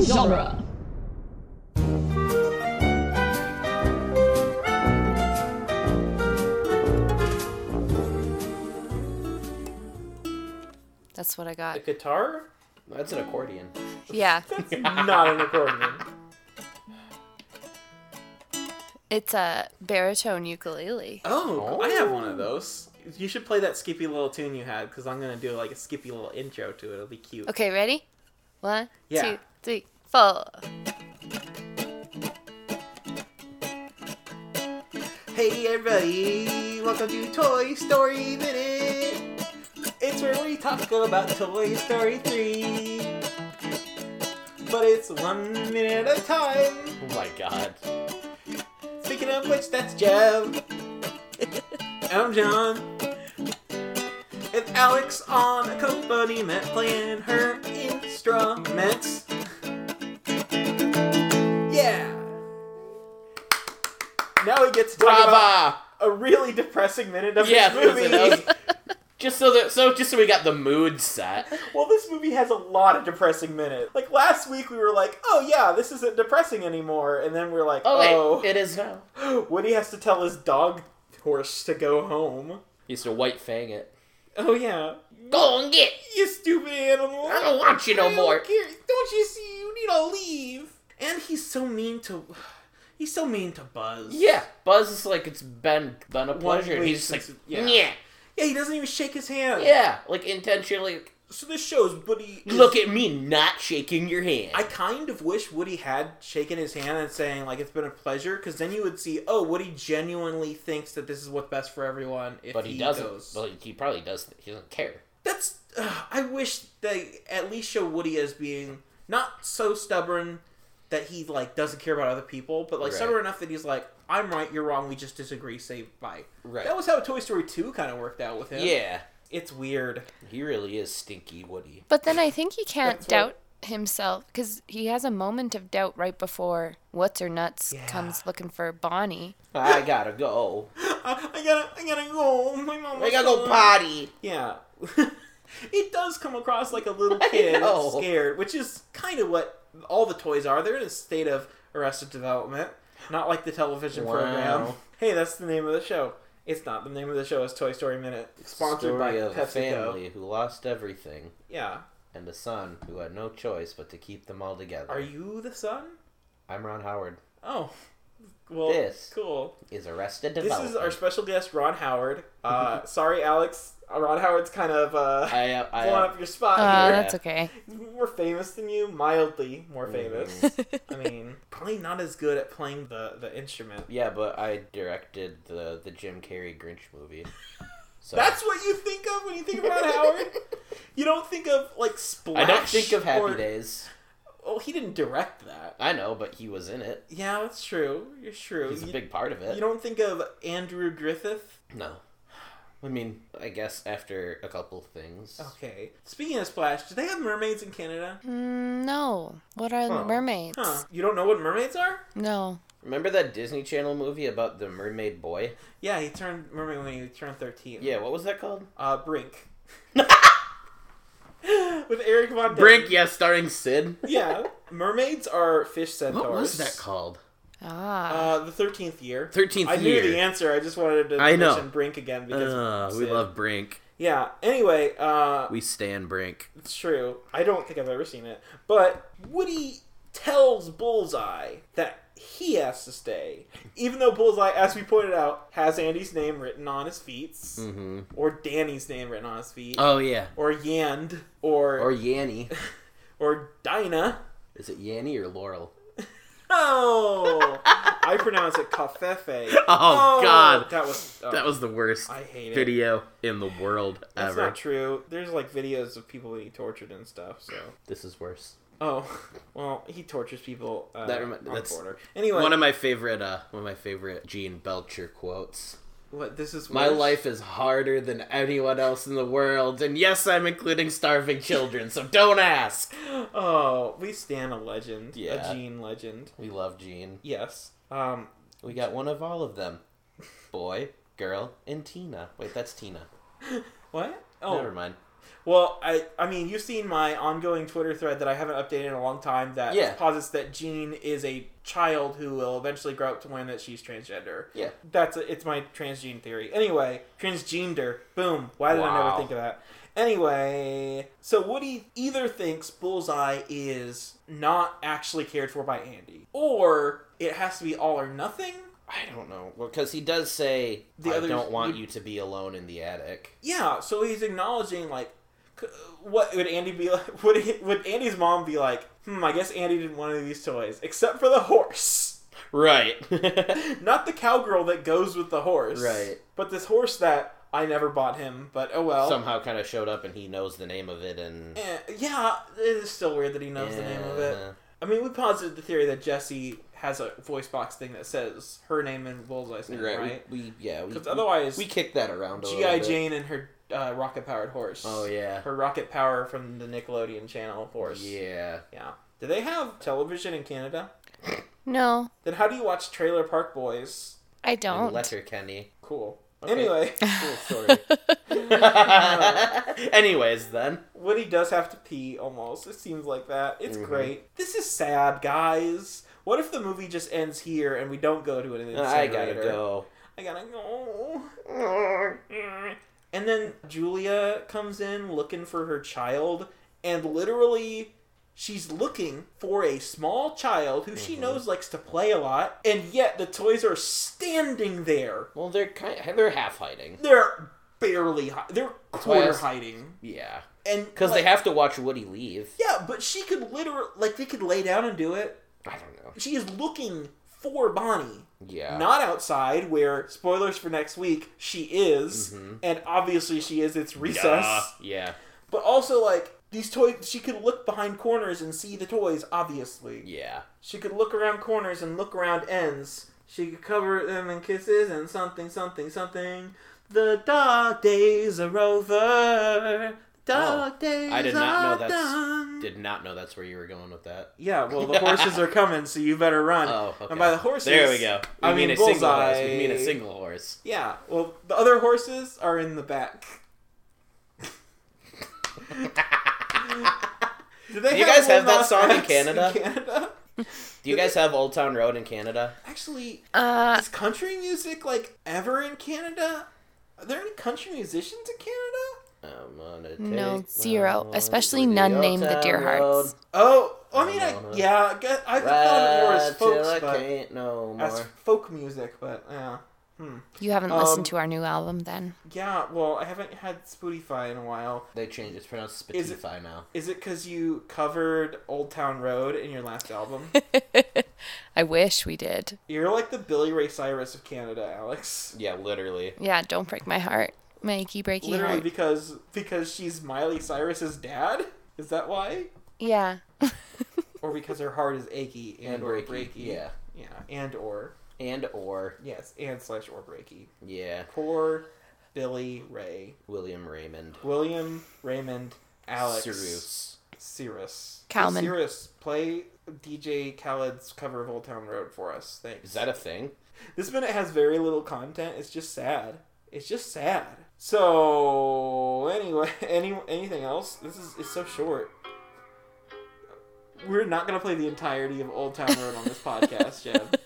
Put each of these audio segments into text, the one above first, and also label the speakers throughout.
Speaker 1: genre.
Speaker 2: That's what I
Speaker 3: A
Speaker 2: got.
Speaker 3: guitar? That's an accordion.
Speaker 2: Yeah.
Speaker 4: Not an accordion.
Speaker 2: It's a baritone ukulele.
Speaker 4: Oh,
Speaker 3: Oh.
Speaker 4: I have one of those. You should play that skippy little tune you had because I'm gonna do like a skippy little intro to it. It'll be cute.
Speaker 2: Okay, ready? One,
Speaker 4: Yeah.
Speaker 2: two, three, four.
Speaker 4: Hey everybody, welcome to Toy Story Minute. It's where we talk about Toy Story 3. But it's one minute at a time.
Speaker 3: Oh my god.
Speaker 4: Speaking of which, that's Jeff. And I'm John. And Alex on accompaniment playing her instruments. Yeah. Now we get to talk about
Speaker 3: Brava!
Speaker 4: a really depressing minute of
Speaker 3: Yeah,
Speaker 4: this movie.
Speaker 3: that was- just so that so just so we got the mood set.
Speaker 4: Well, this movie has a lot of depressing minutes. Like last week, we were like, "Oh yeah, this isn't depressing anymore," and then we're like,
Speaker 3: Oh wait,
Speaker 4: "Oh,
Speaker 3: it is now.
Speaker 4: Woody has to tell his dog horse to go home.
Speaker 3: He's a white fang it.
Speaker 4: Oh yeah,
Speaker 3: Go and get.
Speaker 4: you stupid animal!
Speaker 3: I don't want you
Speaker 4: I
Speaker 3: no
Speaker 4: don't
Speaker 3: more.
Speaker 4: care. Don't you see? You need to leave. And he's so mean to. He's so mean to Buzz.
Speaker 3: Yeah, Buzz is like it's been been a
Speaker 4: One
Speaker 3: pleasure, and
Speaker 4: week
Speaker 3: he's just like
Speaker 4: since- yeah.
Speaker 3: yeah. yeah,
Speaker 4: Yeah, he doesn't even shake his hand.
Speaker 3: like intentionally. like,
Speaker 4: So this shows Woody. is-
Speaker 3: Look at me not shaking your hand.
Speaker 4: I kind of wish Woody had shaken his hand and saying like it's been a pleasure, because then you would see, oh, Woody genuinely thinks that this is what's best for everyone. If
Speaker 3: but he, doesn't.
Speaker 4: goes.
Speaker 3: Well, he probably does. He doesn't care.
Speaker 4: That's. Uh, I wish they at least show Woody as being not so stubborn that he like doesn't care about other people, but like
Speaker 3: Right.
Speaker 4: stubborn enough that he's like, "I'm right, you're wrong. We just disagree. Say bye."
Speaker 3: Right.
Speaker 4: That was how Toy Story Two kind of worked out with him.
Speaker 3: yeah,
Speaker 4: It's weird.
Speaker 3: he really is stinky Woody.
Speaker 2: But then I think he can't
Speaker 4: That's right.
Speaker 2: doubt himself because he has a moment of doubt right before What's Her Nuts
Speaker 4: Yeah.
Speaker 2: comes looking for Bonnie.
Speaker 3: I gotta go.
Speaker 4: I, I gotta. I gotta go. My mom.
Speaker 3: I gotta go potty.
Speaker 4: Yeah. it does come across like a little
Speaker 3: I
Speaker 4: kid
Speaker 3: know.
Speaker 4: scared, which is kind of what all the toys are. They're in a state of arrested development, not like the television
Speaker 3: Wow.
Speaker 4: program. Hey, that's the name of the show. It's not the name of the show. It's Toy Story Minute, sponsored
Speaker 3: Story
Speaker 4: by
Speaker 3: of a
Speaker 4: PepsiCo.
Speaker 3: family who lost everything
Speaker 4: Yeah.
Speaker 3: and a son who had no choice but to keep them all together.
Speaker 4: Are you the son?
Speaker 3: I'm Ron Howard.
Speaker 4: Oh. Well,
Speaker 3: This.
Speaker 4: cool.
Speaker 3: Is arrested
Speaker 4: This
Speaker 3: development.
Speaker 4: is our special guest, Ron Howard. Uh, sorry, Alex. Uh, Ron Howard's kind of uh,
Speaker 3: I am. I
Speaker 4: blowing
Speaker 3: am.
Speaker 4: up your spot
Speaker 2: Uh,
Speaker 4: here.
Speaker 2: that's okay.
Speaker 4: more famous than you, mildly more
Speaker 3: Mm.
Speaker 4: famous. I mean, probably not as good at playing the the instrument.
Speaker 3: Yeah, but I directed the the Jim Carrey Grinch movie. So
Speaker 4: That's what you think of when you think about Howard. You don't think of like
Speaker 3: I
Speaker 4: Splash.
Speaker 3: don't think of Happy
Speaker 4: or-
Speaker 3: Days.
Speaker 4: Oh, he didn't direct that.
Speaker 3: I know, but he was in it.
Speaker 4: Yeah, that's true. You're true.
Speaker 3: He's a
Speaker 4: you,
Speaker 3: big part of it.
Speaker 4: you don't think of Andrew Griffith.
Speaker 3: no. I mean, I guess after a couple things.
Speaker 4: Okay. Speaking of Splash, do they have mermaids in Canada?
Speaker 2: Mm, no. What are
Speaker 3: Huh.
Speaker 2: mermaids?
Speaker 4: Huh. You don't know what mermaids are?
Speaker 2: No.
Speaker 3: Remember that Disney Channel movie about the mermaid boy?
Speaker 4: Yeah, he turned mermaid when he turned thirteen.
Speaker 3: Yeah, what was that called?
Speaker 4: Uh, Brink. With Eric Von. Dänen.
Speaker 3: yeah, starring Sid.
Speaker 4: yeah, mermaids are fish centaurs.
Speaker 3: What was that called?
Speaker 2: Ah.
Speaker 4: Uh, the thirteenth year.
Speaker 3: 13th
Speaker 4: I
Speaker 3: year.
Speaker 4: knew the answer. I just wanted to
Speaker 3: I know.
Speaker 4: mention Brink again because
Speaker 3: Ugh, Ah, we
Speaker 4: Sid.
Speaker 3: love Brink.
Speaker 4: Yeah. Anyway, uh,
Speaker 3: We stand Brink.
Speaker 4: it's true. I don't think I've ever seen it, but Woody tells Bullseye that he has to stay, even though Bullseye, as we pointed out, has Andy's name written on his feet,
Speaker 3: Mm-hmm.
Speaker 4: or Danny's name written on his feet,
Speaker 3: Oh yeah.
Speaker 4: or Yand, or
Speaker 3: Or
Speaker 4: or,
Speaker 3: Yanny.
Speaker 4: Dinah.
Speaker 3: Is it Yanny or Laurel?
Speaker 4: Oh, I pronounce it Kafefe.
Speaker 3: Oh, God.
Speaker 4: that was oh,
Speaker 3: That was the worst
Speaker 4: I hate it.
Speaker 3: video in the world
Speaker 4: That's
Speaker 3: ever.
Speaker 4: not true. There's like videos of people being tortured and stuff. So,
Speaker 3: This is worse.
Speaker 4: oh, well, he tortures people uh,
Speaker 3: That remi-
Speaker 4: on
Speaker 3: that's
Speaker 4: border. Anyway,
Speaker 3: One of my favorite, uh, one of my favorite Gene Belcher quotes.
Speaker 4: what this is
Speaker 3: My
Speaker 4: worse.
Speaker 3: life is harder than anyone else in the world, and yes, I'm including starving children. So don't ask.
Speaker 4: Oh, we stand a legend.
Speaker 3: Yeah.
Speaker 4: a Gene legend.
Speaker 3: We love Gene.
Speaker 4: Yes. Um.
Speaker 3: We got one of all of them. Boy, girl, and Tina. Wait, that's Tina.
Speaker 4: What? Oh,
Speaker 3: Never mind.
Speaker 4: Well, I I mean, you've seen my ongoing Twitter thread that I haven't updated in a long time that
Speaker 3: Yeah.
Speaker 4: posits that Jean is a child who will eventually grow up to learn that she's transgender.
Speaker 3: Yeah.
Speaker 4: That's a, it's my transgene theory. Anyway, transgender. Boom. Why did I
Speaker 3: Wow.
Speaker 4: never think of that? Anyway, so Woody either thinks Bullseye is not actually cared for by Andy, or it has to be all or nothing.
Speaker 3: I don't know. Well, because he does say,
Speaker 4: The
Speaker 3: "I
Speaker 4: others
Speaker 3: don't want
Speaker 4: would-
Speaker 3: you to be alone in the attic."
Speaker 4: Yeah, so he's acknowledging like, c- what would Andy be like? Would he, would Andy's mom be like? Hmm, I guess Andy didn't want any of these toys except for the horse,
Speaker 3: Right.
Speaker 4: not the cowgirl that goes with the horse,
Speaker 3: Right.
Speaker 4: But this horse that I never bought him, but oh well.
Speaker 3: Somehow, kind of showed up, and he knows the name of it, and
Speaker 4: Eh, yeah, it is still weird that he knows the name of it.
Speaker 3: Yeah.
Speaker 4: I mean, we posited the theory that Jesse has a voice box thing that says her name and Bullseye's name,
Speaker 3: Right.
Speaker 4: right?
Speaker 3: we- We, yeah. We,
Speaker 4: Because
Speaker 3: we,
Speaker 4: otherwise,
Speaker 3: we kick that around. a little
Speaker 4: GI
Speaker 3: bit.
Speaker 4: Jane and her uh, rocket powered horse.
Speaker 3: Oh yeah.
Speaker 4: her rocket power from the Nickelodeon channel, of course.
Speaker 3: Yeah.
Speaker 4: Yeah. Do they have television in Canada?
Speaker 2: No,
Speaker 4: Then how do you watch Trailer Park Boys?
Speaker 2: I
Speaker 3: And
Speaker 2: don't.
Speaker 3: Letter Kenny.
Speaker 4: Cool.
Speaker 3: Okay.
Speaker 4: Anyway,
Speaker 3: Cool story. Anyways, then.
Speaker 4: Woody does have to pee almost. It seems like that. It's
Speaker 3: Mhm.
Speaker 4: great. This is sad, guys. What if the movie just ends here and we don't go to an incinerator?
Speaker 3: I gotta go.
Speaker 4: I gotta go. And then Julia comes in looking for her child, and literally, she's looking for a small child who she
Speaker 3: Mhm.
Speaker 4: knows likes to play a lot, and yet the toys are standing there.
Speaker 3: Well, they're kind. they're half hiding.
Speaker 4: They're barely, hi- they're
Speaker 3: why I
Speaker 4: quarter
Speaker 3: was-
Speaker 4: hiding,
Speaker 3: Yeah.
Speaker 4: and
Speaker 3: Because
Speaker 4: like,
Speaker 3: they have to watch Woody leave.
Speaker 4: yeah, but she could literally, like, they could lay down and do it.
Speaker 3: I don't know.
Speaker 4: She is looking for Bonnie.
Speaker 3: Yeah.
Speaker 4: not outside where spoilers for next week she is
Speaker 3: Mhm.
Speaker 4: and obviously she is it's recess
Speaker 3: Yeah.
Speaker 4: but also like these toys she could look behind corners and see the toys obviously
Speaker 3: Yeah.
Speaker 4: she could look around corners and look around ends she could cover them in kisses and something something something the dog days are over dog days
Speaker 3: Oh, I did not know
Speaker 4: are
Speaker 3: that's-
Speaker 4: done.
Speaker 3: Did not know that's where you were going with that.
Speaker 4: yeah well the horses are coming so you better run
Speaker 3: Oh, okay.
Speaker 4: and by the horses
Speaker 3: There we go. We
Speaker 4: I
Speaker 3: mean,
Speaker 4: mean,
Speaker 3: a single horse. We
Speaker 4: Bullseye.
Speaker 3: mean a single horse.
Speaker 4: Yeah, well, the other horses are in the back. Do, they
Speaker 3: Do you guys have that
Speaker 4: Lil Nas
Speaker 3: song in
Speaker 4: X
Speaker 3: Canada?
Speaker 4: Canada?
Speaker 3: Do you guys have Old Town Road in Canada?
Speaker 4: Actually,
Speaker 2: Uh,
Speaker 4: is country music like ever in Canada? Are there any country musicians in Canada?
Speaker 3: I'm gonna take
Speaker 2: No,
Speaker 3: my
Speaker 2: zero.
Speaker 3: horse
Speaker 2: Especially
Speaker 3: to the
Speaker 2: none
Speaker 3: Old
Speaker 2: named the
Speaker 3: Town
Speaker 2: Deer
Speaker 3: Road.
Speaker 2: Hearts.
Speaker 4: Oh, I mean,
Speaker 3: don't know.
Speaker 4: I, yeah, I, guess, I thought of it more
Speaker 3: Right
Speaker 4: as
Speaker 3: till
Speaker 4: folks,
Speaker 3: I
Speaker 4: but
Speaker 3: can't no
Speaker 4: as
Speaker 3: more.
Speaker 4: folk music, but yeah. Hmm.
Speaker 2: You haven't
Speaker 4: Um,
Speaker 2: listened to our new album then.
Speaker 4: Yeah, well, I haven't had Spotify in a while.
Speaker 3: They changed. It's pronounced
Speaker 4: Is it-
Speaker 3: Spotify now.
Speaker 4: Is it because you covered Old Town Road in your last album?
Speaker 2: I wish we did.
Speaker 4: You're like the Billy Ray Cyrus of Canada, Alex.
Speaker 3: Yeah, literally.
Speaker 2: Yeah, don't break my heart. Mikey breaky
Speaker 4: Literally
Speaker 2: heart.
Speaker 4: because because she's Miley Cyrus's dad. Is that why?
Speaker 2: Yeah.
Speaker 4: Or because her heart is achy and, or breaky.
Speaker 3: Yeah.
Speaker 4: Yeah. And or
Speaker 3: And or
Speaker 4: yes, and slash or breaky.
Speaker 3: yeah,
Speaker 4: Poor Billy Ray.
Speaker 3: William Raymond.
Speaker 4: William Raymond Alex Cyrus.
Speaker 3: Cyrus.
Speaker 4: Cyrus.
Speaker 2: Kalman.
Speaker 4: Cyrus, play DJ Khaled's cover of Old Town Road for us. Thanks.
Speaker 3: Is that a thing?
Speaker 4: This minute has very little content. It's just sad. It's just sad. So anyway, any anything else? This is it's so short. We're not gonna play the entirety of Old Town Road on this podcast, Jeb.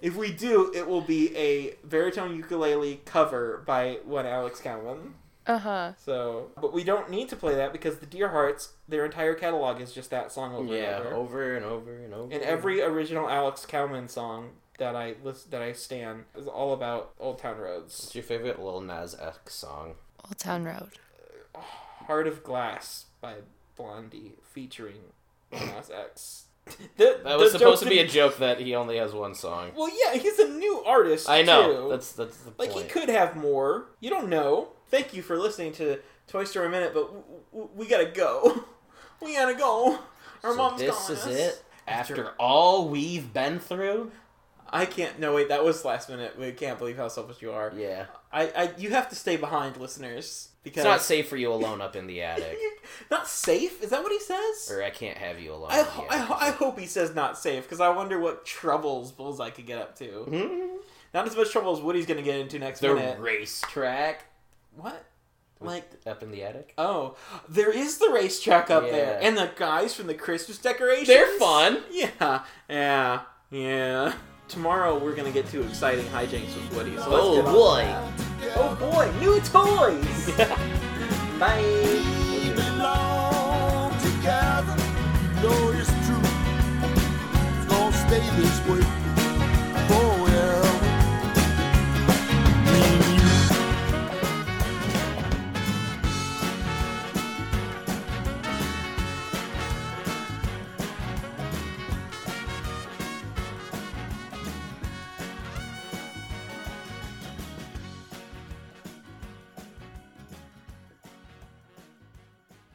Speaker 4: If we do, it will be a baritone ukulele cover by one Alex Cowan.
Speaker 2: Uh huh.
Speaker 4: So, but we don't need to play that because the Dear Hearts, their entire catalog is just that song over
Speaker 3: yeah, oh.
Speaker 4: and over.
Speaker 3: over and over and over.
Speaker 4: And every original Alex Cowman song that I list that I stand is all about Old Town Roads.
Speaker 3: What's your favorite Lil Nas X song?
Speaker 2: Old Town Road.
Speaker 4: Heart of Glass by Blondie featuring Lil Nas X. The-
Speaker 3: That was
Speaker 4: the
Speaker 3: supposed to
Speaker 4: joke
Speaker 3: be a
Speaker 4: didn't-
Speaker 3: joke that he only has one song.
Speaker 4: Well, yeah, he's a new artist.
Speaker 3: I know.
Speaker 4: too.
Speaker 3: That's that's the
Speaker 4: like
Speaker 3: point.
Speaker 4: he could have more. You don't know. Thank you for listening to Toy Story Minute, but w- w- we gotta go. We gotta go. Our
Speaker 3: so
Speaker 4: mom's
Speaker 3: this
Speaker 4: calling
Speaker 3: is
Speaker 4: us.
Speaker 3: it.
Speaker 4: After-
Speaker 3: After all we've been through.
Speaker 4: I can't. No, wait. That was last minute. We can't believe how selfish you are.
Speaker 3: Yeah,
Speaker 4: I, I you have to stay behind, listeners, because
Speaker 3: it's not safe for you alone up in the attic,
Speaker 4: Not safe. Is that what he says?
Speaker 3: or I can't have you alone.
Speaker 4: I,
Speaker 3: in the
Speaker 4: ho- I,
Speaker 3: attic.
Speaker 4: ho- I hope he says not safe because I wonder what troubles Bullseye could get up to.
Speaker 3: Hmm?
Speaker 4: Not as much trouble as Woody's going to get into next
Speaker 3: The
Speaker 4: minute.
Speaker 3: racetrack.
Speaker 4: What? Like,
Speaker 3: up in the attic.
Speaker 4: oh, there is the racetrack up there,
Speaker 3: Yeah.
Speaker 4: and the guys from the Christmas decorations.
Speaker 3: They're fun.
Speaker 4: Yeah, yeah, yeah. Tomorrow we're gonna get to exciting hijinks with Woody. So let's
Speaker 3: Oh,
Speaker 4: get on
Speaker 3: boy.
Speaker 4: that. Oh boy! New toys. Bye.
Speaker 1: We belong together. No, it's true. It's gonna stay this way.